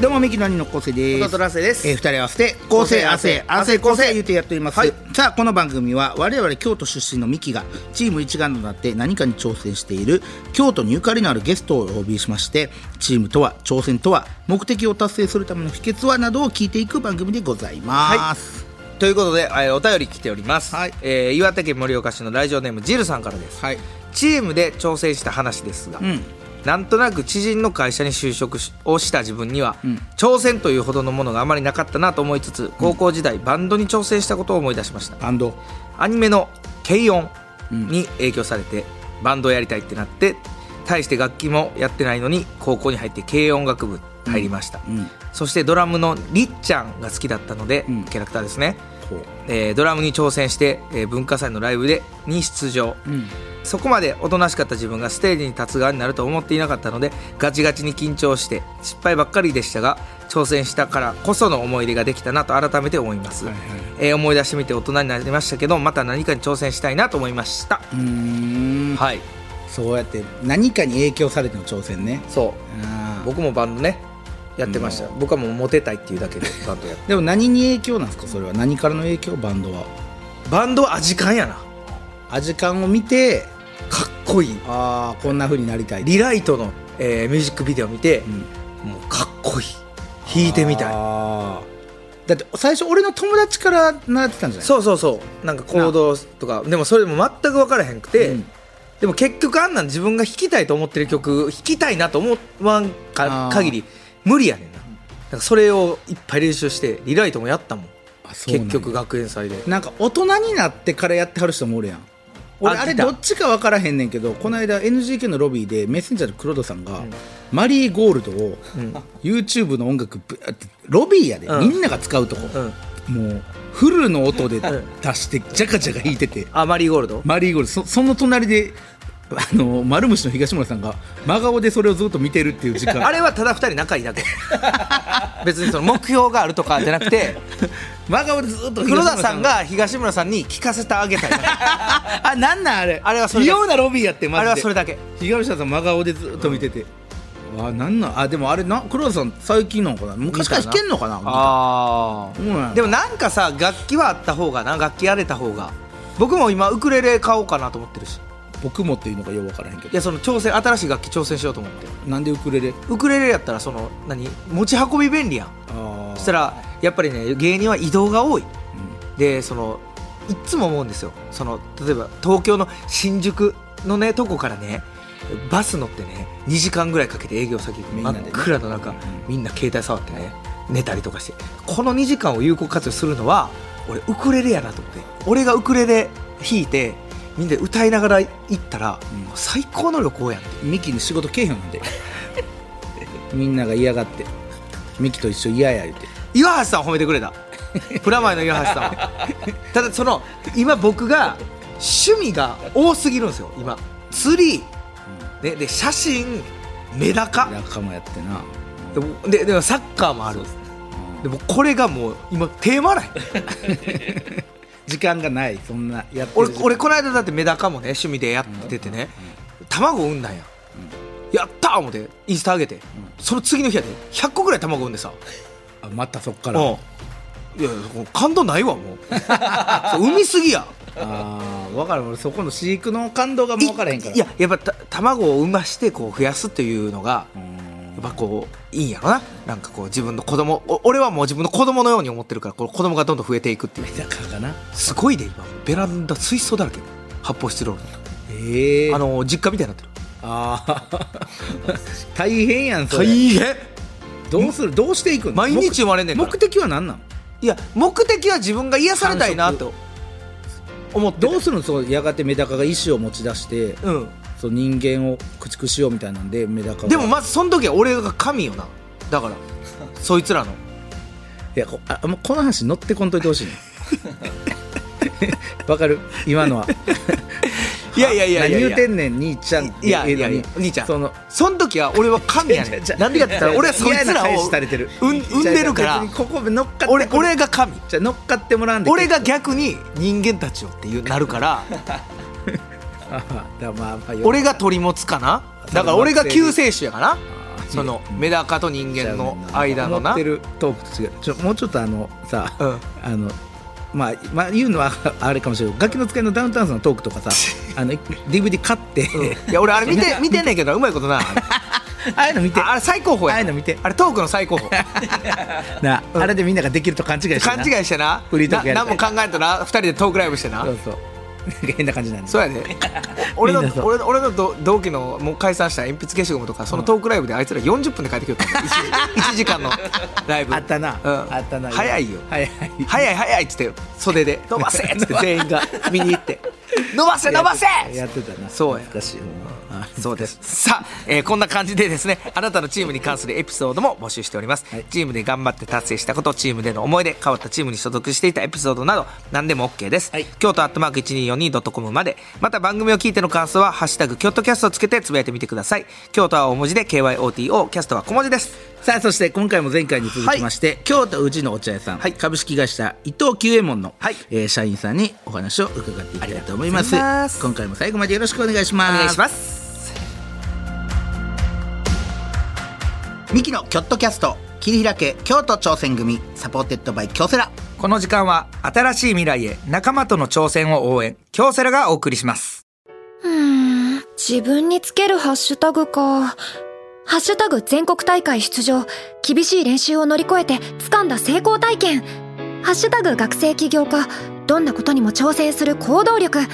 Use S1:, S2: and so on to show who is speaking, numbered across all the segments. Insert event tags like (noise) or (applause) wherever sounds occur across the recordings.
S1: どうもミキの兄の昴生です
S2: 弟の亜生です
S1: えー、二人合わせて構成亜生亜生構成言うてやっております、
S2: はい
S1: さあこの番組は我々京都出身のミキがチーム一丸となって何かに挑戦している京都にゆかりのあるゲストをお呼びしましてチームとは挑戦とは目的を達成するための秘訣はなどを聞いていく番組でございます
S2: ということで、えーお便り来ております、
S1: はい
S2: えー岩手県盛岡市のラジオネームジルさんからです、
S1: はい、
S2: チームで挑戦した話ですが、
S1: ん
S2: なんとなく知人の会社に就職しをした自分には、挑戦というほどのものがあまりなかったなと思いつつ高校時代、バンドに挑戦したことを思い出しました
S1: バンド
S2: アニメの「軽音」に影響されて、バンドをやりたいってなって大して楽器もやってないのに高校に入って軽音楽部入りました、
S1: うん
S2: そしてドラムのりっちゃんが好きだったので、
S1: ん
S2: キャラクターですね、
S1: ほう
S2: えードラムに挑戦して、えー文化祭のライブでに出場、
S1: ん
S2: そこまでおとなしかった自分がステージに立つ側になると思っていなかったのでガチガチに緊張して失敗ばっかりでしたが挑戦したからこその思い出ができたなと改めて思います、
S1: はいはい
S2: えー思い出してみて大人になりましたけどまた何かに挑戦したいなと思いました、
S1: うーん
S2: はい
S1: そうやって何かに影響されての挑戦ね
S2: そう
S1: あー
S2: 僕もバンドねやってました、僕はもうモテたいっていうだけでバンドやって
S1: でも何に影響なんですかそれは何からの影響バンドは
S2: バンドは味感やな
S1: アジカンを見て
S2: かっこいい
S1: ああこんな風になりたい
S2: リライトの、えーミュージックビデオ見て、もうかっこいい弾いてみたい
S1: あーだって最初俺の友達から習ってたんじゃない
S2: そうそうそうなんか行動とかでもそれも全く分からへんくて、
S1: うん
S2: でも結局あんなん自分が弾きたいと思ってる曲弾きたいなと思わん
S1: あ
S2: か
S1: ー
S2: 限り無理やねんなだからそれをいっぱい練習してリライトもやったもん
S1: あそうなんや
S2: 結局学園祭で
S1: なんか大人になってからやってはる人もおるやん俺
S2: あ
S1: あれ
S2: 来た
S1: どっちか分からへんねんけどこの間 NGK のロビーでメッセンジャーの黒田さんが、マリーゴールドを、YouTube の音楽ぶあってロビーやで、
S2: うん
S1: みんなが使うとこ、
S2: うん
S1: もうフルの音で
S2: ん
S1: 出してジャカジャカ弾いてて
S2: あマリーゴールド
S1: マリーゴールドそその隣であの丸虫の東村さんが真顔でそれをずっと見てるっていう時
S2: (laughs)
S1: 間
S2: あれはただ二人仲いい
S1: (laughs)
S2: だけ別にその目標があるとかじゃな
S1: (laughs)
S2: くて
S1: 真顔でずっと
S2: 黒田さんが東村さんに聞かせてあげた
S1: (laughs)
S2: いだけ
S1: あなんなんあれ
S2: あれはそれだ
S1: 異
S2: け
S1: 様なロビーやってマジで
S2: あれはそれだけ
S1: 東村さん真顔でずっと見てて、あなんなんあでもあれな黒田さん最近なのかな昔から弾けんのかな
S2: あ
S1: そうなんや
S2: あでもなんかさ楽器はあった方がな楽器やれた方が僕も今ウクレレ買おうかなと思ってるし
S1: 僕もっていうのがよう分からへんけ
S2: い
S1: ど
S2: やその挑戦新しい楽器挑戦しようと思って
S1: なんでウクレレ
S2: ウクレレやったらその何持ち運び便利やん
S1: あ
S2: そしたらやっぱりね芸人は移動が多い、でそのいっつも思うんですよその例えば東京の新宿のねとこからねバス乗ってね2時間ぐらいかけて営業先行く
S1: みん
S2: 真
S1: なでね
S2: っ暗の中、みんな携帯触ってね寝たりとかしてこの2時間を有効活用するのは俺ウクレレやなと思って俺がウクレレ弾いてみんなで歌いながら行ったら、
S1: う
S2: 最高の旅行やんって
S1: ミキに仕事けえへんなんで (laughs) みんなが嫌がってミキと一緒嫌や言うて
S2: 岩橋さん褒めてくれたプラマイの岩橋さんをただその今僕が趣味が多すぎるんですよ今釣り、ね、で写真メダカ
S1: 仲間やってな
S2: でもででもサッカーもあるでもこれがもう今テーマない
S1: 時間がないそんなやってる
S2: 俺
S1: 時間
S2: 俺この間だってメダカもね趣味でやっててね、卵産んだんや、やったー思ってインスタ上げて、その次の日やで100個ぐらい卵産んでさ
S1: あまたそっからあ
S2: うんいやいやもう感動ないわもう (laughs) そう産みすぎや
S1: あ分かる俺そこの飼育の感動がもう分からへんから
S2: いややっぱた卵を産ましてこう増やすというのが
S1: う
S2: や
S1: ん
S2: っぱこういいんやろななんかこう自分の子供お俺はもう自分の子供のように思ってるからこの子供がどんどん増えていくっていう
S1: メダカかな
S2: すごいで今ベランダ水槽だらけ発泡スチロール
S1: ええ
S2: あの実家みたいになってる
S1: ああ (laughs) 大変やんそれ
S2: 変
S1: どうするどうしていくの
S2: 毎日生まれんねんから
S1: 目目的は何なの
S2: いや目的は自分が癒されたいなと思ってて
S1: どうするのそうやがてメダカが意思を持ち出して
S2: うん
S1: そう人間を駆逐しようみたいなんでメダカは
S2: でもまずその時は俺が神よなだ (laughs) からそいつらの
S1: いやこあもうこの話乗
S2: (laughs)
S1: ってこんといてほしいねわかる今のは
S2: いやいやいやいや
S1: 何言うてんねん兄ちゃんって
S2: いやい
S1: え
S2: やい
S1: え
S2: や
S1: のに
S2: 兄ちゃん
S1: その
S2: その時は俺は
S1: (laughs)
S2: 神やね
S1: ちゃ
S2: ん
S1: う
S2: なんでかって言ったら俺はそいつ
S1: 嫌な
S2: ら
S1: 返
S2: を
S1: しされてる
S2: うん産んでるから
S1: 別にここ乗っかって
S2: 俺俺が神
S1: じゃあ乗っかってもらうんで
S2: 俺が逆に人間たちをっていうな
S1: (laughs)
S2: るから
S1: ああ (laughs) だからまあ
S2: 俺が鳥もつかなだから俺が救世主やからそのメダカと人間の間
S1: 思
S2: の
S1: っ
S2: な
S1: てるトークと違うちょもうちょっとあのさ、
S2: うん
S1: あのまあ、まあ、言うのはあれかもしれないガキの使いのダウンタウンさんのトークと
S2: (laughs)
S1: かさあの DVD 買って、
S2: うんいや俺あれ見て見てんねんけどうまいこと
S1: (laughs)
S2: な
S1: ああいうの見て
S2: ああれ最高峰や
S1: ああいうの見て
S2: あれトークの最
S1: (laughs)
S2: 高峰
S1: な、あれでみんなができると勘違いしてな
S2: 勘違いしてな
S1: フリートークやりた
S2: ない何も考えんとな2人でトークライブしてな
S1: そうそうなんか変な感じなんです
S2: そ
S1: (laughs)
S2: うやで俺の
S1: みんなそう
S2: 俺の俺の同同期のもう解散した鉛筆消しゴムとかそのトークライブであいつら40分で帰ってくるから 1, 時
S1: (laughs)
S2: 間のライブ
S1: あったな、
S2: うん
S1: あったな
S2: 早いよ
S1: 早い
S2: 早い早いっつって袖で「伸ばせ!」っつって (laughs) 全員が見に
S1: (laughs)
S2: 行って「伸ばせ伸ばせ!」
S1: やってたな
S2: そうや
S1: 懐かしいほんまあ
S2: そうですさあ、えーこんな感じでですねあなたのチームに関するエピソードも募集しております、
S1: はい
S2: チームで頑張って達成したことチームでの思い出変わったチームに所属していたエピソードなど何でも OK です、
S1: はい
S2: 京都アットマーク 1242.com までまた番組を聞いての感想は「ハッシュタグ京都キャスト」をつけてつぶやいてみてください京都は大文字で KYOTO キャストは小文字です
S1: さあそして今回も前回に続きまして、京都宇治のお茶屋さん、
S2: はい
S1: 株式会社伊藤久右衛門の、
S2: はい
S1: えー社員さんにお話を伺っていきたいと思います
S2: ありがとうございます
S1: 今回も最後までよろしくお願いします
S2: お願いします
S1: ミキのキョットキャスト切り開け京都挑戦組サポーテッドバイ京セラ
S2: この時間は新しい未来へ仲間との挑戦を応援京セラがお送りします
S3: うーん自分につけるハッシュタグか。ハッシュタグ全国大会出場。厳しい練習を乗り越えて掴んだ成功体験。ハッシュタグ学生起業家。どんなことにも挑戦する行動力。ハ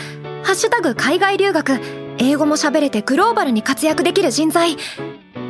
S3: ッシュタグ海外留学。英語も喋れてグローバルに活躍できる人材。って、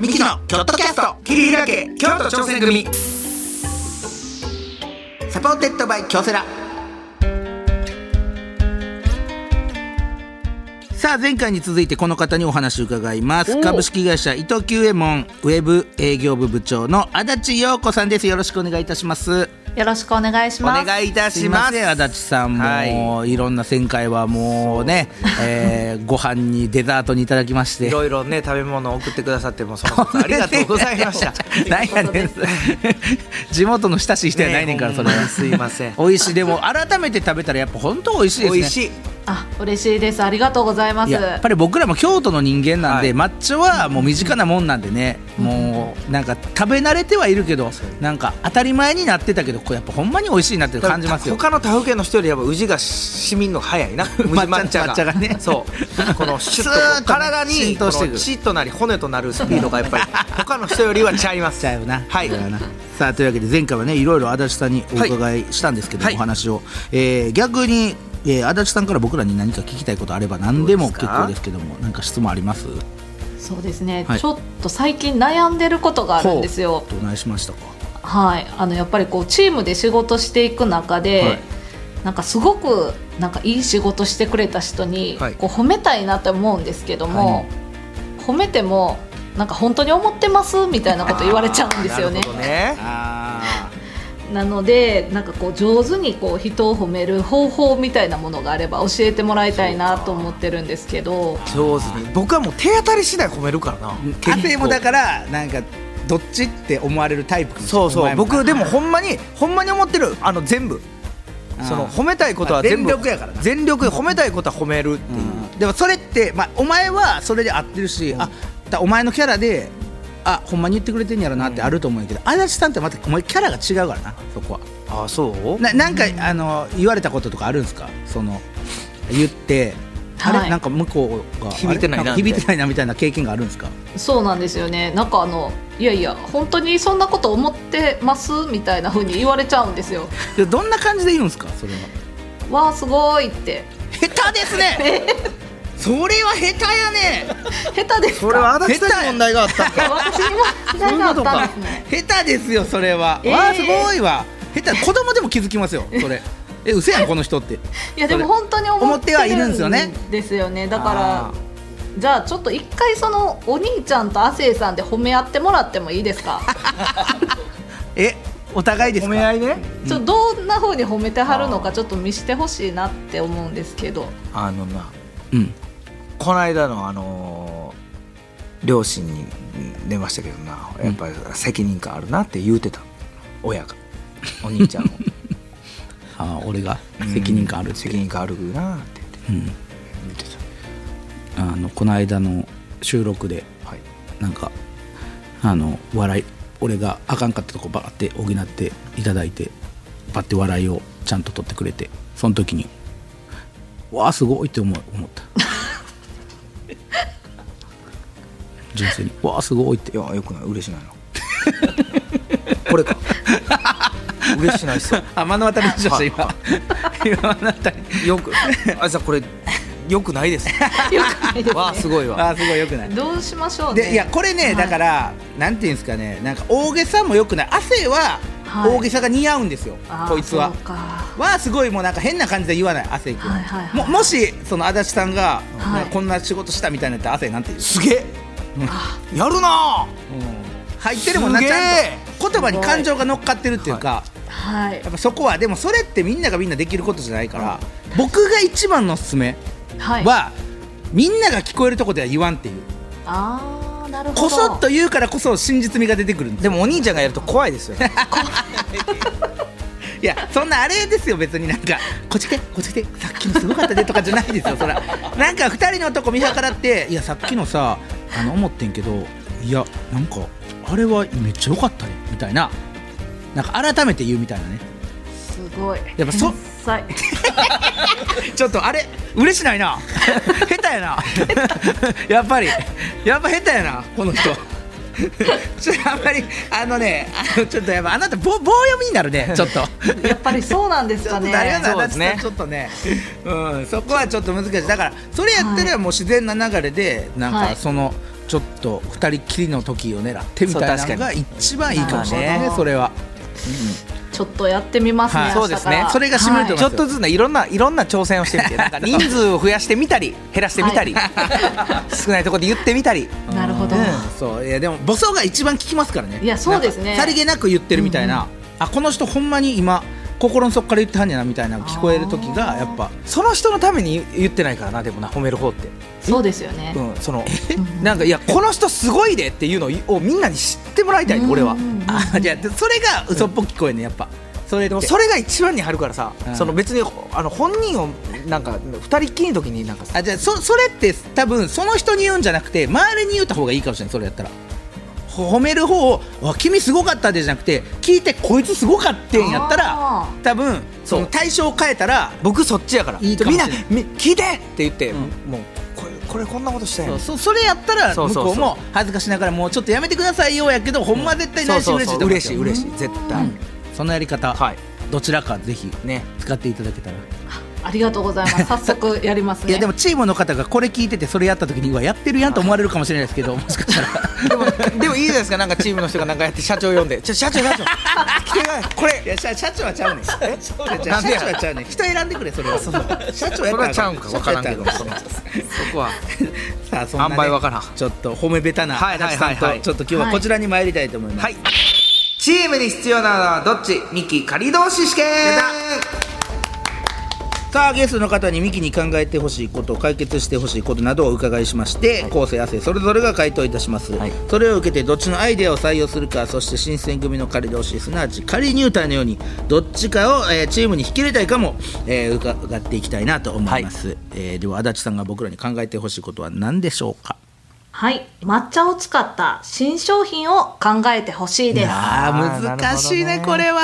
S2: ミキのキョットキャスト切り開け京都挑戦組
S1: サポーテッドバイ京セラさあ前回に続いてこの方にお話を伺います株式会社伊藤久右衛門ウェブ営業部部長の足立陽子さんですよろしくお願いいたします
S4: よろしくお願いし
S2: お
S4: ます。
S2: 願いいた
S1: すい
S2: しま
S1: ますせん足立さんも、、
S2: はい
S1: ろんな旋回はもうねえ
S2: (laughs)
S1: ーご飯にデザートにいただきまして
S2: いろいろね食べ物を送ってくださってもその
S1: (laughs)
S2: ことありがとうございました
S1: なんやねん地元の親しい人やないねんからそれは
S2: ねほんまにすいません
S1: 美味しいでも改めて食べたらやっぱ本当美味しいで
S2: 美
S1: すね
S2: 味しい
S4: あ、嬉しいです。ありがとうございま
S1: い
S4: す。
S1: ややっぱり僕らも京都の人間なんで、抹茶はもう身近なもんなんでね、もうなんか食べ慣れてはいるけどなんか当たり前になってたけどこうやっぱほんまに美味しいなって感じますよ
S2: 他の他府県の人よりやっぱ宇治がしみんの
S1: (laughs)
S2: 早いな宇治抹茶が
S1: 抹茶がね
S2: そうこのシュ
S1: スー
S2: ッ
S1: ッと
S2: と体
S1: 浸
S2: にこ
S1: 透してくる
S2: の血となり骨となるスピードがやっぱり他の人よりはちゃいます
S1: ちゃうよな、
S2: はい
S1: だよなさあというわけで前回はねいろいろ足立さんにお伺いしたんですけど、
S2: はい
S1: お話を、えー逆に、えー足立さんから僕らに何か聞きたいことあれば何でも
S2: どう
S1: 結
S2: ですか
S1: 構ですけどもなんか質問あります
S4: そうですね、
S1: はい
S4: ちょっと最近悩んでることがあるんですよ。
S1: どないしましたか
S4: はい、あのやっぱりこうチームで仕事していく中で、
S1: はい
S4: なんかすごくなんかいい仕事してくれた人に、
S2: はい
S4: こう褒めたいなって思うんですけども、褒めてもなんか本当に思ってますみたいなこと言われちゃうんですよ
S2: (laughs) な
S4: ね
S2: る。ほどね
S1: あ
S4: なのでなんかこう上手にこう人を褒める方法みたいなものがあれば教えてもらいたいなと思ってるんですけど。
S2: 上手に僕はもう手当たり次第褒めるからな
S1: 家庭もだからなんかどっちって思われるタイプかもしれない
S2: そ
S1: お
S2: うそ
S1: 前
S2: う
S1: もな
S2: 僕でもほんまにほんまに思ってるあの全部
S1: あー
S2: その褒めたいことは全
S1: まあ
S2: 部、
S1: 全力やからな
S2: 全力で褒めたいことは褒めるっていう、
S1: うんでもそれって、まあ、お前はそれで合ってるし、あだお前のキャラであほんまに言ってくれてんやろなってあると思うんやけど、足立さんってまたお前キャラが違うからなそこは
S2: ああそう
S1: ななんか、あの言われたこととかあるんですかその言ってあれ、
S4: はい
S1: なんか向こうが
S2: 響いてないな
S1: あれんか響いてないなみたいな経験があるんですか
S4: そうなんですよねなんかあのいやいや本当にそんなこと思ってますみたいな風に言われちゃうんですよ
S1: でどんな感じで言うんですかそれは
S4: わあすごいって
S1: 下手ですねそれは下手やね
S4: 下手ですか
S2: それは足立
S1: 下
S2: さん
S1: 手に問題があったんか
S4: 私
S1: そうい
S4: に問題
S1: う
S4: が
S1: こ
S4: あっ
S1: と
S4: た
S1: か
S4: んですね
S1: 下手ですよそれは、
S4: えー
S1: わあすごいわ下手子供でも気づきますよそれえ嘘やんこの人って
S4: いやでも本当に思って
S1: 思ってはいるんですよね
S4: ですよねだ
S2: あ
S4: からじゃあちょっと一回そのお兄ちゃんと亜生さんで褒め合ってもらってもいいで
S1: (laughs)
S4: すか
S1: えお互いです
S2: 褒
S1: か
S2: め合いね
S4: ちょっとどんな風に褒めてはるのかちょっと見してほしいなって思うんです
S1: (laughs)
S4: けど
S2: あのな
S1: うん
S2: この間のあのー両親に出ましたけどなやっぱり責任感あるなって言うてた親がお
S1: (laughs)
S2: 兄ちゃんも
S1: あー俺が責任感ある
S2: う
S1: っ
S2: ん
S1: て
S2: 責任感あるなって言っ
S1: うん
S2: て言って
S1: あのこの間の収録で
S2: たはい
S1: なんかあの笑い俺があかんかったとこバーって補っていただいてバッて笑いをちゃんと取ってくれてその時にわあすごいって思う思った (laughs) 純粋にわあすごいって
S2: いやよくない嬉しないのこれか (laughs) 嬉しないっすよ
S1: (laughs) あ目の当たりにしました今
S2: (laughs) は
S1: 今目の当たり
S2: よくあじゃあこれよくない
S1: (laughs)
S2: です
S4: よくないですね
S2: わあすごいわ
S1: あーすごいよくない
S4: どうしましょうね
S1: でいやこれね、
S4: はい
S1: だからなんていうんですかねなんか大げさもよくない汗は
S4: はい
S1: 大げさが似合うんですよ、
S4: あー
S1: こいつは
S4: そうか
S1: はすごいもうなんか変な感じで言わない亜生君は、
S4: はいはいはい
S1: ももしその足立さんが、
S4: はい
S1: なんかこんな仕事したみたいなって亜生なんて言う、
S2: すげえやるな
S1: 入ってるもんな
S2: す
S1: ち
S2: げえ
S1: ゃんと言葉に感情が乗っかってるっていうか、
S4: はい
S1: やっぱそこはでもそれってみんながみんなできることじゃないから、僕が一番のおすすめ
S4: はい
S1: は、みんなが聞こえるとこでは言わんっていう
S4: ああなるほど
S1: こそっと言うからこそ真実味が出てくるんです
S2: でもお兄ちゃんがやると怖いで
S1: (laughs)
S2: すよね
S1: いやそんなあれですよ別になんかこっち来てこっち来てさっきのすごかったでとかじゃないですよそらなんか二人の男見計らっていやさっきのさあの思ってんけどいやなんかあれはめっちゃ良かったねみたいななんか改めて言うみたいなね
S4: すごい
S1: やっぱそ
S4: 天才
S1: ちょっとあれ嬉しないな下手や
S2: (laughs)
S1: なやっぱりやっぱ下手やなこの人ちょっとあんまりあのねあのちょっとやっぱあなた棒棒読みになる
S2: (laughs)
S1: ねちょっと。
S4: やっぱりそうなんです
S1: (laughs) ちょ
S4: か
S1: っと
S4: ね
S1: 誰が
S2: そう
S1: な
S2: で
S1: ち
S2: すね
S1: ょっとね、うん、そこはちょっと難しい。だからそれやったらもう自然な流れでなん
S4: は
S1: か
S4: い
S1: そのちょっと二人きりの時を狙ってみたいなの
S2: そう確
S1: が
S2: か
S1: 一番いいかもしれ
S4: な
S1: ないね。
S4: るほど
S1: それは。
S4: ちょっとやってみますね、
S1: はい
S4: 明日から
S2: そうですね
S1: それが締めると思います
S2: ちょっとずつねいろんないろんな挑戦をしてみてなんか人数を増やしてみたり減らしてみたり、少ないところで言ってみたり
S4: はいなるほど、
S1: うんそういやでも母相が一番効きますからね。
S4: いやそうです
S1: な
S4: ね
S1: んかさりげなく言ってるみたいな。あこの人ほんまに今心の底から言ってはんねやなみたいなのが聞こえる時がやっぱ。
S2: その人のために言ってないからなでもな褒める方って、
S4: そうですよね、
S2: うん、その
S1: (laughs)
S2: なんかいやこの人すごいでっていうのをみんなに知ってもらいたい俺は
S4: うんうんうん
S1: あじゃあそれが嘘っぽく聞こえんねやっぱ。それ
S2: で
S1: で
S2: も
S1: も
S2: それが一番に張るからさ、
S1: うん
S2: その別にあの本人をなんか二人っきりの時になんかさ
S1: あじゃあそそれって多分その人に言うんじゃなくて周りに言った方がいいかもしれないそれやったらほ褒める方を「あ君すごかったで」じゃなくて聞いて「こいつすごかってん」やった
S4: あ
S1: ら多分
S2: そう
S1: その対象を変えたら
S2: 僕そっちやから
S1: いいかも
S2: みん
S1: しれな
S2: な
S1: い
S2: み聞いてって言って、
S1: うん
S2: もうこれこれこんなことした
S1: そ
S2: よ
S1: うそそれやったら
S2: そう
S1: 向
S2: そう
S1: こ
S2: そう
S1: うも恥ずかしながらもうちょっとやめてくださいよやけどほんま絶対内心
S2: そう
S1: 嬉し
S2: そ
S1: いうと
S2: そ
S1: 思
S2: う
S1: う
S2: 嬉しい嬉しい絶対、
S1: そのやり方、
S2: はい
S1: どちらかぜひ
S2: ね (laughs)
S1: 使っていただけたら、
S4: ありがとうございます早速やりますね
S1: いやでもチームの方がこれ聞いててそれやった時にうわやってるやんと思われるかもしれないですけどもしかしたら
S2: でもでもいいじゃないですかなんかチームの人がなんかやって社長呼んで「ちょ社長社長 (laughs) 来てくださいこれ
S1: いや社社長はちゃうねん社長
S2: なんでや
S1: はちゃうねん人選んでくれそれは社長や
S2: そ
S1: っ
S2: れ
S1: た
S2: はちゃうんか分からんけどそのそこは
S1: さあそんな
S2: あ
S1: んね
S2: まり分からん
S1: ちょっと褒めべたな
S2: はい
S1: 足立さ
S2: はいはい
S1: ん
S2: はい
S1: とちょっと今日はこちらに参りたいと思います
S2: はいチームに必要なのはどっちミキ仮同士試験
S1: さあゲストの方にミキに考えてほしいこと解決してほしいことなどをお伺いしまして、後世亜生それぞれが回答いたします、
S2: はい
S1: それを受けてどっちのアイデアを採用するかそして新選組の仮同士すなわち仮入隊のようにどっちかを、えーチームに引き入れたいかも、えー伺っていきたいなと思います、えーでは足立さんが僕らに考えてほしいことは何でしょうか
S4: はい抹茶を使った新商品を考えてほしいです
S1: あー
S2: あー
S1: 難しいね
S2: なるほ
S1: こ
S2: どね
S1: れは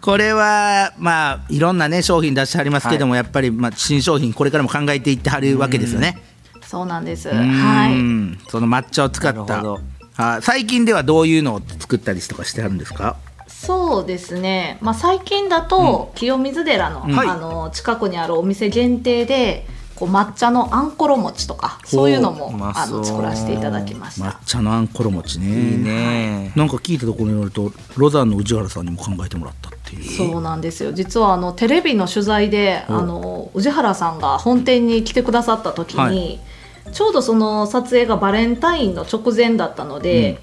S1: これはまあいろんなね商品出してはりますけども、やっぱり、まあ、新商品これからも考えていってはるわけですよね、
S4: そうなんです
S1: う
S4: は
S1: ー
S4: い
S1: んその抹茶を使っ
S2: な
S1: た
S2: るほど
S1: はい最近ではどういうのを作ったりとかしてあるんですか
S4: そうですね、まあ、最近だと清水寺の,、
S1: はい
S4: あの近くにあるお店限定でこう抹茶のあんころ餅とかそういうのも
S2: ほううま
S4: あ
S2: そう
S4: の作らせていただきまし
S1: 抹
S4: た。
S1: 茶のあんころ餅ね
S2: いいね
S1: なんか聞いたところによるとロザンの宇治原さんにも考えてもらったっていう
S4: そうなんですよ実はあのテレビの取材であの宇治原さんが本店に来てくださった時に、
S1: は
S4: ちょうどその撮影がバレンタインの直前だったので、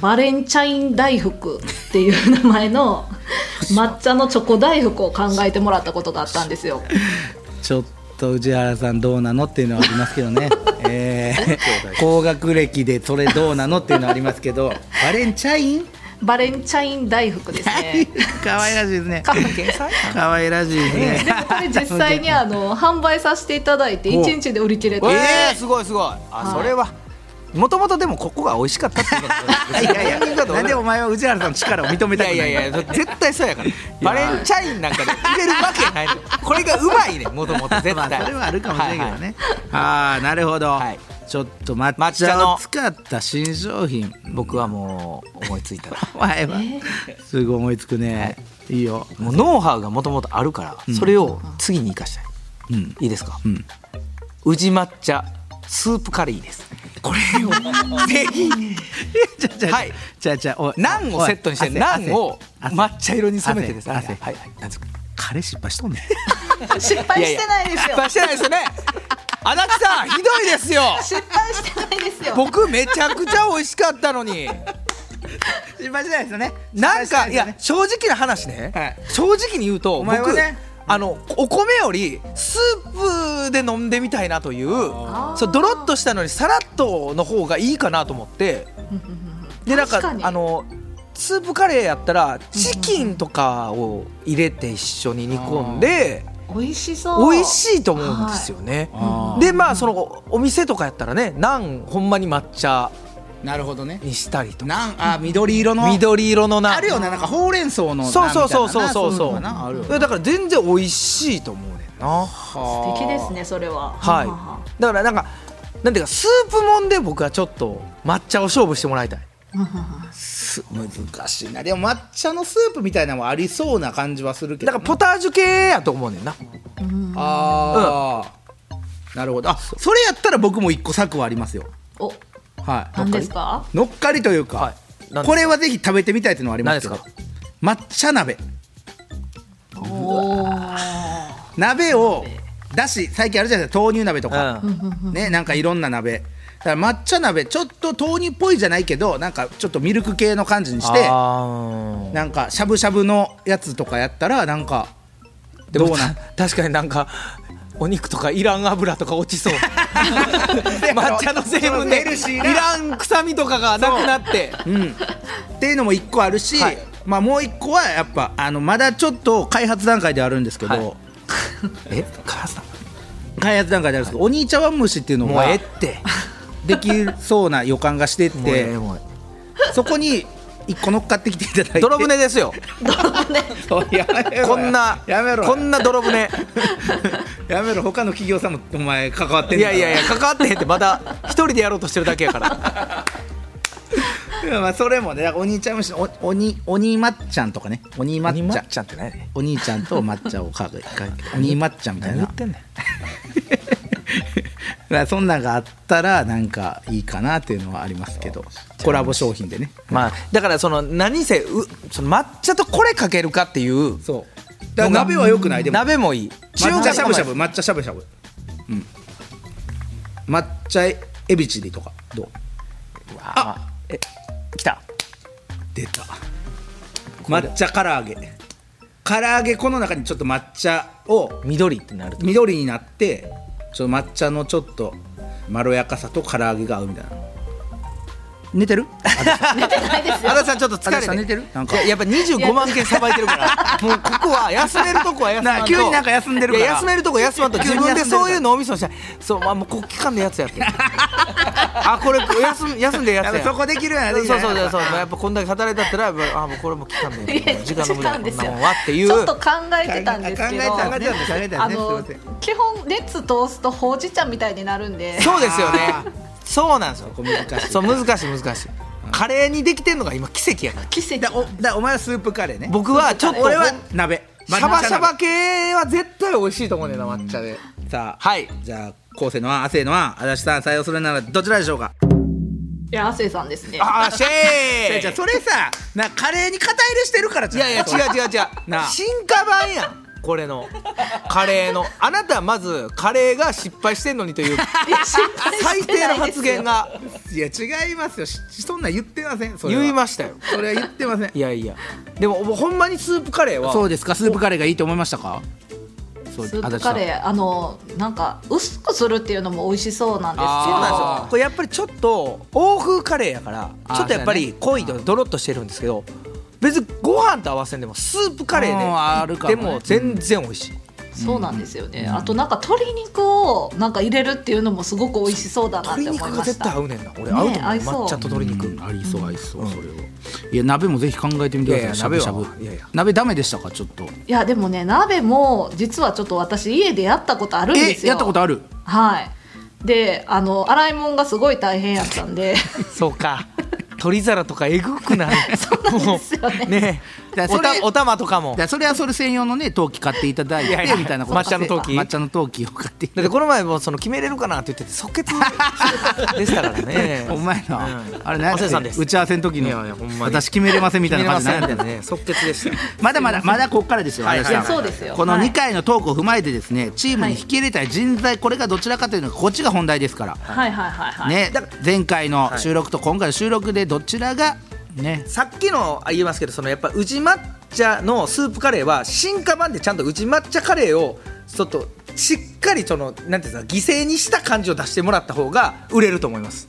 S4: バレンチャイン大福っていう名前の抹茶のチョコ大福を考えてもらったことがあったんですよ。
S1: ちょっと宇治原さんどうなのっていうのはありますけど (laughs) ね、えー、高学歴でそれどうなのっていうのはありますけどバレンチャイン
S4: バレンチャイン大
S2: (laughs)
S4: 福ですね。
S1: 可愛らしいですね
S4: カッケさん
S1: 可愛らしいですね
S4: でもこれ実際にあの
S2: (laughs)
S4: 販売させていただいて
S1: お
S4: 1日で売り切れて、
S2: えー、すごいすごいあそれはもともとでもここが美味しかったっていうの
S1: (laughs)
S2: は
S1: いや
S2: 本
S1: いや
S2: 人がどう
S1: な
S2: なん
S1: でお前は宇治原さんの力を認め
S2: い
S1: たく
S2: や
S1: ない
S2: いやいや絶対そうやからバレンチャインなんかで入れるわけないのこれがうまいねもともと絶対、
S1: まあそれはあるかもしれないけどね、ああなるほど、
S2: はい
S1: ちょっと抹
S2: 抹茶
S1: 茶を
S2: の
S1: 使った新商品
S2: 僕はもう思いついたら
S1: お前はすぐ思いつくね、い、いよ
S2: もうノウハウがもともとあるから、それを次に生かしたい、
S1: うん
S2: いいですか、
S1: ん
S2: 宇治抹茶スープカレーですこれ (laughs) をぜひ
S1: (laughs) じゃあじゃあ
S2: はい
S1: じゃあじゃあおい
S2: ナンをセットにして
S1: おい
S2: ナ
S1: 汗
S2: ンを
S1: 汗
S2: 抹茶色に染めてですね
S1: 汗
S2: はいはいなんですか
S1: 彼失敗しとんねん
S4: 失敗してないです
S2: 失
S4: よ
S2: 敗してないですよね足立さんひどいですよ
S4: 失敗してないですよ
S2: 僕めちゃくちゃ美味しかったのに
S1: (laughs) 失敗しないですよね
S2: なんかい
S1: 失敗しな
S2: や
S1: ですよね
S2: 正直な話ね、
S1: はい
S2: 正直に言うと
S1: お前は
S2: 僕
S1: ね
S2: あのお米よりスープで飲んでみたいなというそうドロッとしたのにさらっとの方がいいかなと思ってでなんか
S4: 確かに
S2: あのスープカレーやったらチキンとかを入れて一緒に煮込んで
S4: 美味しそう
S2: 美味しいと思うんですよね。
S1: あー
S2: でまあそのお店とかやったらねナンほんまに抹茶
S1: なるほどね
S2: にしたりとか
S1: なんあ緑色の
S2: 緑色のナン
S1: あるよななんかほうれん草の
S2: そうそうそうそうそう
S1: そ
S2: そう
S1: いうのか
S2: う
S1: なあるよ
S2: いやだから全然美味しいと思うねんな
S4: 素敵ですねそれは
S2: は
S4: はい
S2: だからなんかなんていうかスープもんで僕はちょっと抹茶を勝負してもらいたい
S1: す難しいなでも抹茶のスープみたいなのもありそうな感じはするけ
S2: だ
S1: どな
S2: からポタージュ系やと思うねんな
S1: ああ、なるほどあそれやったら僕も一個策はありますよ
S4: お
S1: はい
S4: 何ですか
S1: 乗っかりというか、
S2: はい何ですか
S1: これはぜひ食べてみたいというのはありますけど
S2: 何で
S1: 抹茶鍋
S4: おー (laughs)
S1: 鍋をだし最近あるじゃないですか豆乳鍋とか、
S2: うん
S1: ねなんかいろんな鍋だから抹茶鍋ちょっと豆乳っぽいじゃないけどなんかちょっとミルク系の感じにして
S2: あ
S1: なんかしゃぶしゃぶのやつとかやったらなんか
S2: ーで
S1: どう
S2: も
S1: なん
S2: た (laughs) 確かになんかお肉とかいらん油とか落
S1: (laughs)
S2: ちそう抹茶の成分で
S1: ヘルシ
S2: い
S1: ーな
S2: らん臭みとかがなくなって
S1: っていうのも一個あるし、
S2: はい
S1: まあもう一個はやっぱあのまだちょっと開発段階ではあるんですけど、
S2: はいえ母さん
S1: 開発段階であるんですけど、お兄茶碗蒸しっていうの
S2: もう
S1: が
S2: ええって
S1: できそうな予感がして
S2: (laughs) もうええ
S1: て
S2: もうえ
S1: そこに一個乗っかってきていただい
S2: え
S1: て
S2: 泥船で
S1: (laughs)
S2: すよ
S1: そうやめろ
S2: こんな
S1: やめろ
S2: こんな泥船
S1: やめろ他の企業さんもお前関わってん
S2: い
S1: だか
S2: や
S1: ら
S2: いやいや関わってへんってまだ一人でやろうとしてるだけやから
S1: まあそれもねお兄ちゃんもしお鬼鬼まっちゃんとかね鬼まっちゃん
S2: ちゃんって何やねん
S1: お兄ちゃんと抹茶を
S2: (laughs)
S1: かけかけ鬼まっちゃんみたい
S2: 何言
S1: な
S2: ってんねん
S1: まあそんなんがあったらなんかいいかなっていうのはありますけどコラボ商品でね
S2: まあだからその何せうその抹茶とこれかけるかっていう
S1: そうだから鍋はよくないでも
S2: 鍋もいい
S1: 中華しゃぶしゃ
S2: ぶ
S1: ぶ抹茶しゃぶしゃぶうん抹茶エビチリとかどう
S2: あえ来た
S1: 出た抹茶唐揚げ唐揚げこの中にちょっと抹茶を
S2: 緑ってなると
S1: 緑になってちょっと抹茶のちょっとまろやかさと唐揚げが合うみたいな寝てる
S2: 足立さんちょっと疲
S1: 足立さん
S2: れ
S1: 寝てるなん
S2: い
S1: か
S2: ややっぱ25万件さばいてるから (laughs) もうここは休めるとこは休まん
S1: な
S2: と
S1: 急になんか休んでるから
S2: いや休めるとこ休まんと
S1: 急に
S2: 自
S1: 休んでるから
S2: 分でそういうのおみそしたそうまあもう国旗館のやつ
S1: (laughs)
S2: やってあこれ休ん休んでるや
S1: やっ
S2: つ
S1: ぱ
S2: や
S1: そこできるようにな
S2: そ
S1: で
S2: う
S1: き
S2: そ
S1: た
S2: うそうそうやっぱこんだけ働いたったらやっぱあもうこれも期間
S4: いや
S2: で時間の無駄
S4: 違う
S2: や
S4: ん
S2: こ
S4: で
S2: ん
S4: す
S2: な
S4: よ
S2: もんはっていう
S4: ちょっと考えてたんですけど
S1: 考えてたんです考えてた
S4: あ
S1: んですす
S4: の
S1: いません
S4: 基本熱通すとほうじ茶みたいになるんで
S2: そうですよね
S1: あー
S2: そうなんですよ
S1: ここ難しい
S2: そう難しい難しいカレーにできてんのが今奇跡やから
S4: 奇跡
S1: だおだお前はスープカレーね
S2: 僕はちょっと
S1: 俺は鍋
S2: シャバシ
S1: 抹茶
S2: ャバ
S1: 鍋
S2: 系は絶対美味しいと思うねんな抹茶で
S1: さあ、
S2: はい
S1: じゃあ昴生の案亜生の案足立さん採用するならどちらでしょうか
S4: いや亜生さんですね
S2: あーシェ (laughs)
S1: えじゃあ
S2: ー
S1: それさなカレーに肩入れしてるから
S2: い
S1: じゃ
S2: や
S1: ない
S2: いや違う違う違
S1: なあ
S2: う進化版やんこれのカレーのあなたはまずカレーが失敗してんのにと
S4: (laughs)
S2: いう最低の発言が
S1: いや違いますよしそんなん言ってませんそれは
S2: 言いましたよ
S1: それは言ってません
S2: いやいやでもほんまにスープカレーは
S1: そうですかスープカレーがいいと思いましたかそう
S4: スープ
S1: 足立さ
S4: カ
S1: ん
S4: レーあのなんか薄くするっていうのも美味しそうな
S2: そうなん
S4: んですけど
S2: です
S1: あ
S2: よこれやっぱりちょっと欧風カレーやから
S1: あー
S2: ちょっとやっぱ
S1: そうや
S2: り濃いとドロッとしてるんですけど別にご飯と合わせんでもスープカレ
S1: うんあ
S2: ー
S1: る
S2: で
S1: かもね
S2: でも全然美味しい
S4: そうなんですよね、あとなんか鶏肉をなんか入れるっていうのもすごく美味しそうだなって
S2: 鶏
S4: 思
S2: 肉
S4: い
S2: が
S4: ま
S2: 絶
S4: し
S2: 対合
S4: た
S2: うねんな俺
S4: ね
S2: 合うと思う
S4: 合いそう
S2: 抹茶と鶏肉
S1: うんありそうありそう、それをいや鍋もぜひ考えてみてください
S2: いやいや
S1: しゃぶしゃぶ
S2: 鍋はいやいや
S1: 鍋ダメでしたかちょっと
S4: いやでもね鍋も実はちょっと私家でやったことあるん
S1: え
S4: ですよ
S1: やったことある
S4: はいであの洗い物がすごい大変やったんで
S2: そうか鶏皿とかえぐくなる
S4: そうなんですよね
S2: もうね
S1: だから
S2: お
S1: それ
S2: たお玉とかも
S1: だからそれはそれ専用のね陶器買っていただいて
S2: いやいや
S1: みたいなこと
S2: 抹茶の陶器
S1: 抹茶の陶器を買っていた
S2: だっ
S1: だ
S2: て
S1: い
S2: この前もその決めれるかなって言ってて即決でしたからね
S1: てお前の、あれ何や
S2: お
S1: った
S2: せ
S1: っけ
S2: さんです
S1: 打ち合わせの時の
S2: いやいやほんまに
S1: 私決めれませんみたいな感じ
S2: 決
S1: なん
S2: めれま
S1: だ
S2: せん
S1: よ
S2: みたいなね (laughs) 即決でした
S1: まだまだまだここからですよ、
S2: はいはい
S1: 足立さん
S4: そうですよ
S1: この
S4: はい
S1: 2回のトークを踏まえてですねチームに
S4: はい
S1: 引き入れたい人材これがどちらかというのがこっちが本題ですから、
S4: はいはいはいはい、
S1: ね、前回の収録と今回の収録でどちらがね
S2: さっきのあ言いますけどそのやっぱ宇治抹茶のスープカレーは進化版でちゃんと宇治抹茶カレーをちょっとしっかりそのなんていうんですか犠牲にした感じを出してもらった方が売れると思います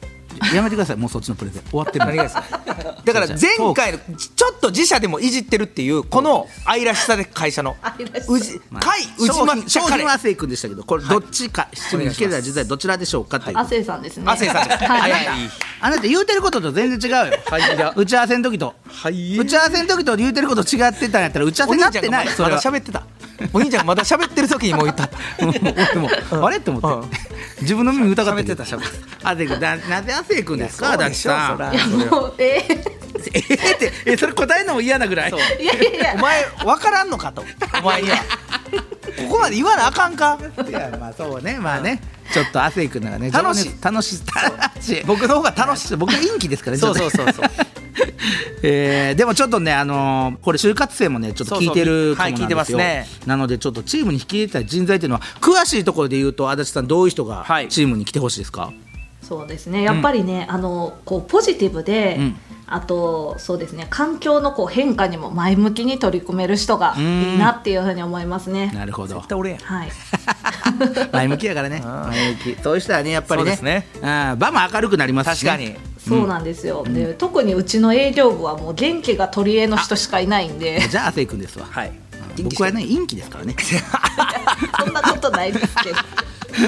S1: やめてくださいもうそっちのプレゼン終わってる
S2: 何がですかだから前回のちちょっと自社でもいじってるっていうこの愛らしさで会社の
S4: 愛らしさ
S2: 宇治
S1: まあ
S2: 会宇治
S1: 商品
S2: 抹茶
S1: 商
S2: カレ
S1: 品は亜
S2: ー
S1: 生君でしたけどこれどっちか、質問引き入れたい人材どちらでしょうかという、
S4: 亜生さんですね
S2: 亜生さん
S4: はい、
S2: 早い
S1: あなた言うてることと全然違うよ、
S2: はいだ
S1: 打ち合わせの時と、
S2: はい
S1: 打ち合わせの時と言うてること違ってたんやったら打ち合わ
S2: お
S1: せにな
S2: 兄
S1: っ
S2: ちゃん
S1: て
S2: が
S1: な
S2: ま
S1: い
S2: だ
S1: それは
S2: 喋ってたお兄ちゃんがまだ喋ってる時にもう (laughs) 言った
S1: もう俺もあれって思って (laughs) 自分の耳疑って
S2: 喋ってた喋って
S1: た亜生君ななぜ亜生君ですか
S2: そう
S1: 足
S2: で
S1: 立
S2: しょ
S1: さ
S2: そら
S1: ん
S4: いやもうえ
S1: えーってえそれ答えるのも嫌なぐらい
S4: ー、いやいやいや
S2: お前分からんのかとお前にはここまで言わなあかんか
S1: いやまあそうねまあね、ちょっと亜生君ならね
S2: 楽しい
S1: 情熱楽しい楽しい
S2: 僕の方が楽しい
S1: しい (laughs) 僕は陰気ですからね (laughs)
S2: そうそう
S1: ちょっ
S2: そうそう
S1: とえーでもちょっとねあのーこれ就活生もねちょっと聞いてるかもなんですよ
S2: そうそうはい聞いてますね
S1: なのでちょっとチームに引き入れたい人材っていうのは詳しいところで言うと足立さんどういう人が
S2: はい
S1: チームに来てほしいですか、
S4: そうですねやっぱりね、あのこうポジティブで、
S1: うん
S4: あとそうですね環境のこう変化にも前向きに取り組める人がいいなっていうふうに思いますね。
S1: なるほど
S2: 絶対俺やん
S4: はい、
S1: (laughs) 前向きやからね前向きそういう人はねやっぱりね
S2: そうですね
S1: あー場も明るくなります
S2: 確
S1: しね、
S2: かに
S4: そうなんですよ、で特にうちの営業部はもう元気が取り柄の人しかいないんで
S1: じゃあ亜生君ですわ
S2: はい
S1: うん僕はね陰気ですからね
S4: (laughs) そんなことないですけど
S1: (laughs)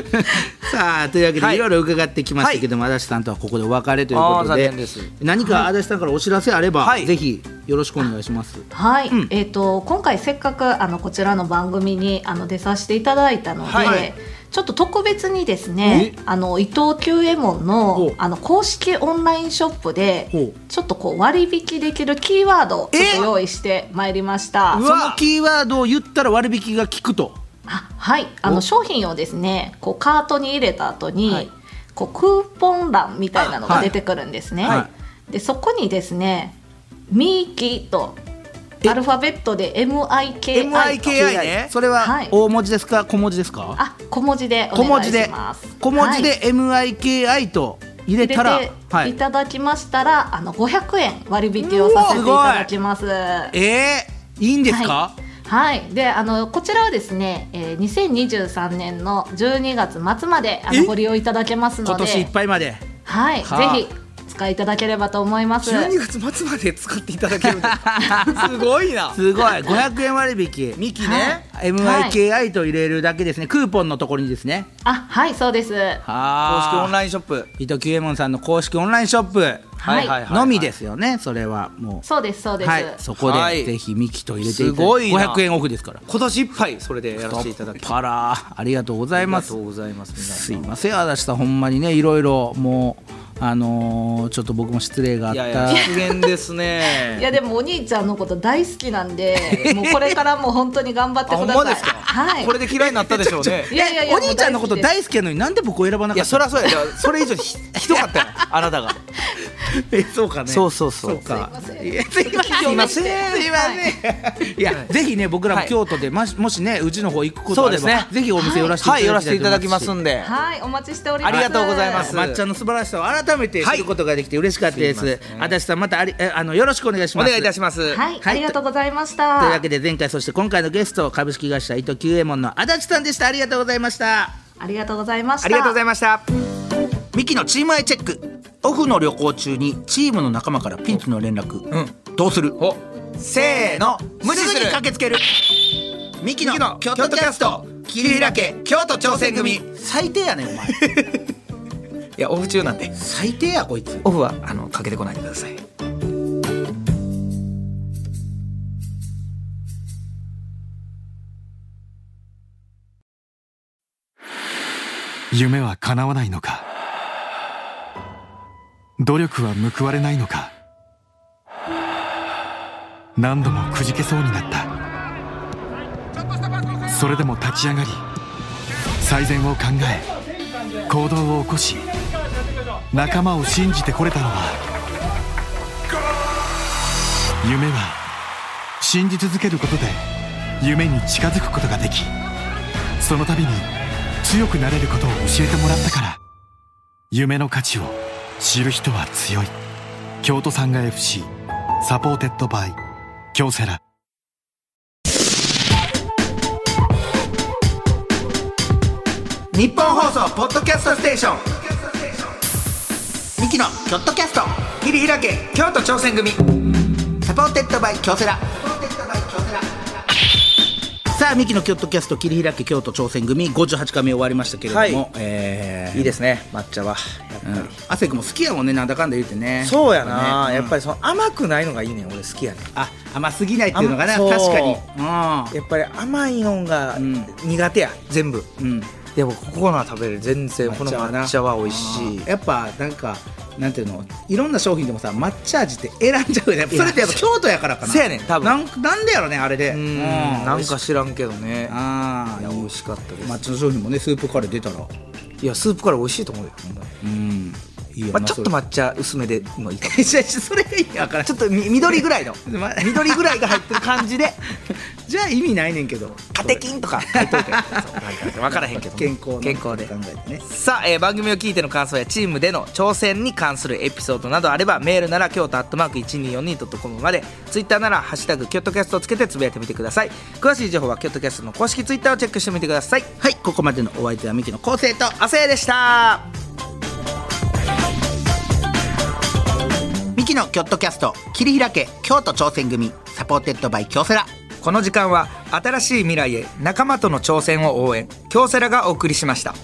S1: さあというわけで、
S2: はい
S1: い、ろいろ伺ってきましたけども、足立さんとはここでお別れというこ
S2: あ
S1: と
S2: ー残
S1: で
S2: 念です
S1: 何か足立さんからお知らせあれば、
S2: はい
S1: ぜひよろしくお願いします。
S4: はい、えっ、と今回せっかくあのこちらの番組にあの出させていただいたので、
S2: はい
S4: ちょっと特別にですね
S1: え、
S4: あの伊藤久右衛門
S1: ほ
S4: の
S1: う
S4: あの公式オンラインショップ
S1: ほ
S4: で
S1: う
S4: ちょっとこう割引できるキーワードをちょっと用意してまいりました
S1: そ。
S2: わ
S1: のキーワードを言ったら割引が効くと。
S4: あはい、あの商品をですね、こうカートに入れた後に、こうクーポン欄みたいなの
S1: あ
S4: が
S1: はい
S4: 出てくるんですね。
S1: は
S4: でそこにですね、ミーキーとアルファベットで M I K I と
S2: MIKI ね
S1: それは
S4: はい
S1: 大文字ですか、小文字ですか？
S4: あ小文字でお
S1: 小文
S4: 願い
S1: 字で
S4: します。
S1: 小文字
S4: はい
S1: で M I K I と入れ
S4: 入れ
S1: たら、
S4: ていただきましたら、あの500円割引をさせていただきます。
S1: えー、いいんですか？
S4: はい、であのこちらはですね、えー、2023年の12月末まであ
S1: え
S4: のご利用いただけますので
S1: 今年いっぱいまで。
S4: はい、
S1: はあ
S4: ぜひお使いいただければと思います。
S2: 12月末まで使っていただ (laughs) けるんだすごいな
S1: すごい、500円割引。
S2: ミキ
S4: は
S2: ね
S4: い
S1: M I K I と入れるだけですね。クーポンのところにですね。
S4: あ、はい、そうです。は
S1: は
S2: 公式オンラインショップ
S1: 伊藤久右衛門さんの公式オンラインショップ
S4: い、
S2: はい
S1: のみですよね、それはもう。
S4: そうです、そうです。
S1: はい、そこ
S2: は
S1: で
S2: い
S1: ぜひミキと入れていただいて
S2: すごいな
S1: 500円オフですから。
S2: 今年いっぱいそれでやらせていただきます
S1: パラーありがとうござ
S2: あ
S1: い
S2: り
S1: ま
S2: が
S1: す
S2: とう。ございます皆さん
S1: すいません、足立さん、ほんまにね、いろいろもう。あのーちょっと僕も失礼があっ
S2: い
S1: た
S2: やい (laughs) や失言ですね
S4: いやでもお兄ちゃんのこと大好きなんでもうこれからも本当に頑張って
S2: あほん
S4: ください
S2: まですか、
S4: はい
S2: これで嫌いになったでしょうね
S4: いやいやいや
S1: お兄ちゃんのこと
S4: もう好き
S1: 大好きなのになんで僕を選ばないか
S2: や
S1: った
S2: そ
S1: の
S2: りゃそうやいやそれ以上にひひどかったよあなたが
S1: (laughs) えそうかね
S2: そうそうそう
S1: そうか
S4: すいません
S1: いやすいません
S2: すいません
S1: すいませんいや、ぜひね僕らも京都で、ましもしねうちの方行くことあれば、
S2: そうですね
S1: ぜひお店寄らせて
S2: はい寄らせてい
S1: と
S2: た
S1: 思
S2: だきますんで
S4: はいお待ちしております
S2: ありがとうございます
S1: 抹茶の素晴らしさを改めて知ることができて嬉しかったです。
S2: はいすいません
S1: 足立さんまたありえあのよろしくお願いし
S2: お
S1: ます。
S2: 願いいたし
S1: ま
S2: ます
S4: は
S1: は
S4: い、
S1: い
S4: ありがとうございまし
S1: す
S4: た
S1: というわけで前回そして今回のゲスト株式会社伊藤久右衛門の足立さんでした。ありがとうございました。
S4: ありがとうございました
S2: ありがとうございました
S1: ミキのチームアイチェック。オフの旅行中にチームの仲間からピンチの連絡。
S2: う
S1: どうする？
S2: おせーの無理
S1: す
S2: す
S1: ぐに
S2: る
S1: 駆けつける。ミキ
S2: ミキ
S1: の
S2: の
S1: 京都
S2: 京都
S1: キ
S2: キ
S1: ャ
S2: ャ
S1: ス
S2: ス
S1: ト
S2: ト
S1: 桐
S2: 桐
S1: 平
S2: 平
S1: 家
S2: 家
S1: 京
S2: 京
S1: 都
S2: 都
S1: 挑
S2: 挑
S1: 戦
S2: 戦
S1: 組
S2: 組
S1: 最低やねんお前
S2: いやオフ中なんで
S1: 最低やこいつ
S2: オフはあのかけてこないでください
S5: 夢は叶わないのか努力は報われないのか何度もくじけそうになったそれでも立ち上がり最善を考え行動を起こし仲間を信じてこれたのは夢は信じ続けることで夢に近づくことができその度に強くなれることを教えてもらったから夢の価値を知る人は強い京都産が FC サポーテッドバイ京セラ
S1: 日本放送ポッドキャストステーションミキのキョットキャスト桐平家京都挑戦組サポーテッドバイ京セラさあミキのキョットキャスト桐平家京都挑戦組58回目終わりましたけれども、
S2: はい
S1: えー
S2: いいですね抹茶はやっぱ
S1: う
S2: り、
S1: ん、亜生君も好きやもんねなんだかんだ言うてね
S2: そうやな、
S1: ね
S2: やっぱりその甘くないのがいいねん俺好きやねん
S1: あ甘すぎないっていうのかな
S2: 甘
S1: 確
S2: そう
S1: かにうん
S2: やっぱり甘いのが
S1: うん
S2: 苦手や、全部
S1: うん、
S2: でもここのは食べれる全然この抹茶は美味しい
S1: やっぱなんかなんていうのいろんな商品でもさ抹茶味って選んじゃうよねそれってやっぱ京都やからかな
S2: せやねん多分
S1: なんなんでやろねあれで
S2: う
S1: うんん
S2: なんか知らんけどね
S1: あ
S2: い
S1: あ
S2: や美味しかったです、
S1: 抹茶の商品もねスープカレー出たら
S2: いやスープから美味しいと思うよ、
S1: うんいいよ
S2: ま
S1: な
S2: あ、ちょっと抹茶薄めでもいいかも
S1: それそれが (laughs) いいやからん
S2: ちょっとみ緑ぐらい (laughs) の
S1: ま
S2: 緑ぐらいが入ってる感じで
S1: (laughs) じゃあ意味ないねんけど
S2: カテキンとか書いとい (laughs) て分からへんけどね、
S1: 健康の
S2: 健康で
S1: 考えてね
S2: さあ、えー番組を聞いての感想やチームでの挑戦に関するエピソードなどあればメールなら京都アットマーク 1242.com までツイッターなら「ハッシュタグ京都キャスト」をつけてつぶやいてみてください詳しい情報は京都キャストの公式ツイッターをチェックしてみてください
S1: はいここまでのお相手はミキの昴生と
S2: 亜生でした
S1: ミキのキョットキャスト切り開け京都挑戦組サポーテッドバイ京セラ
S2: この時間は新しい未来へ仲間との挑戦を応援京セラがお送りしました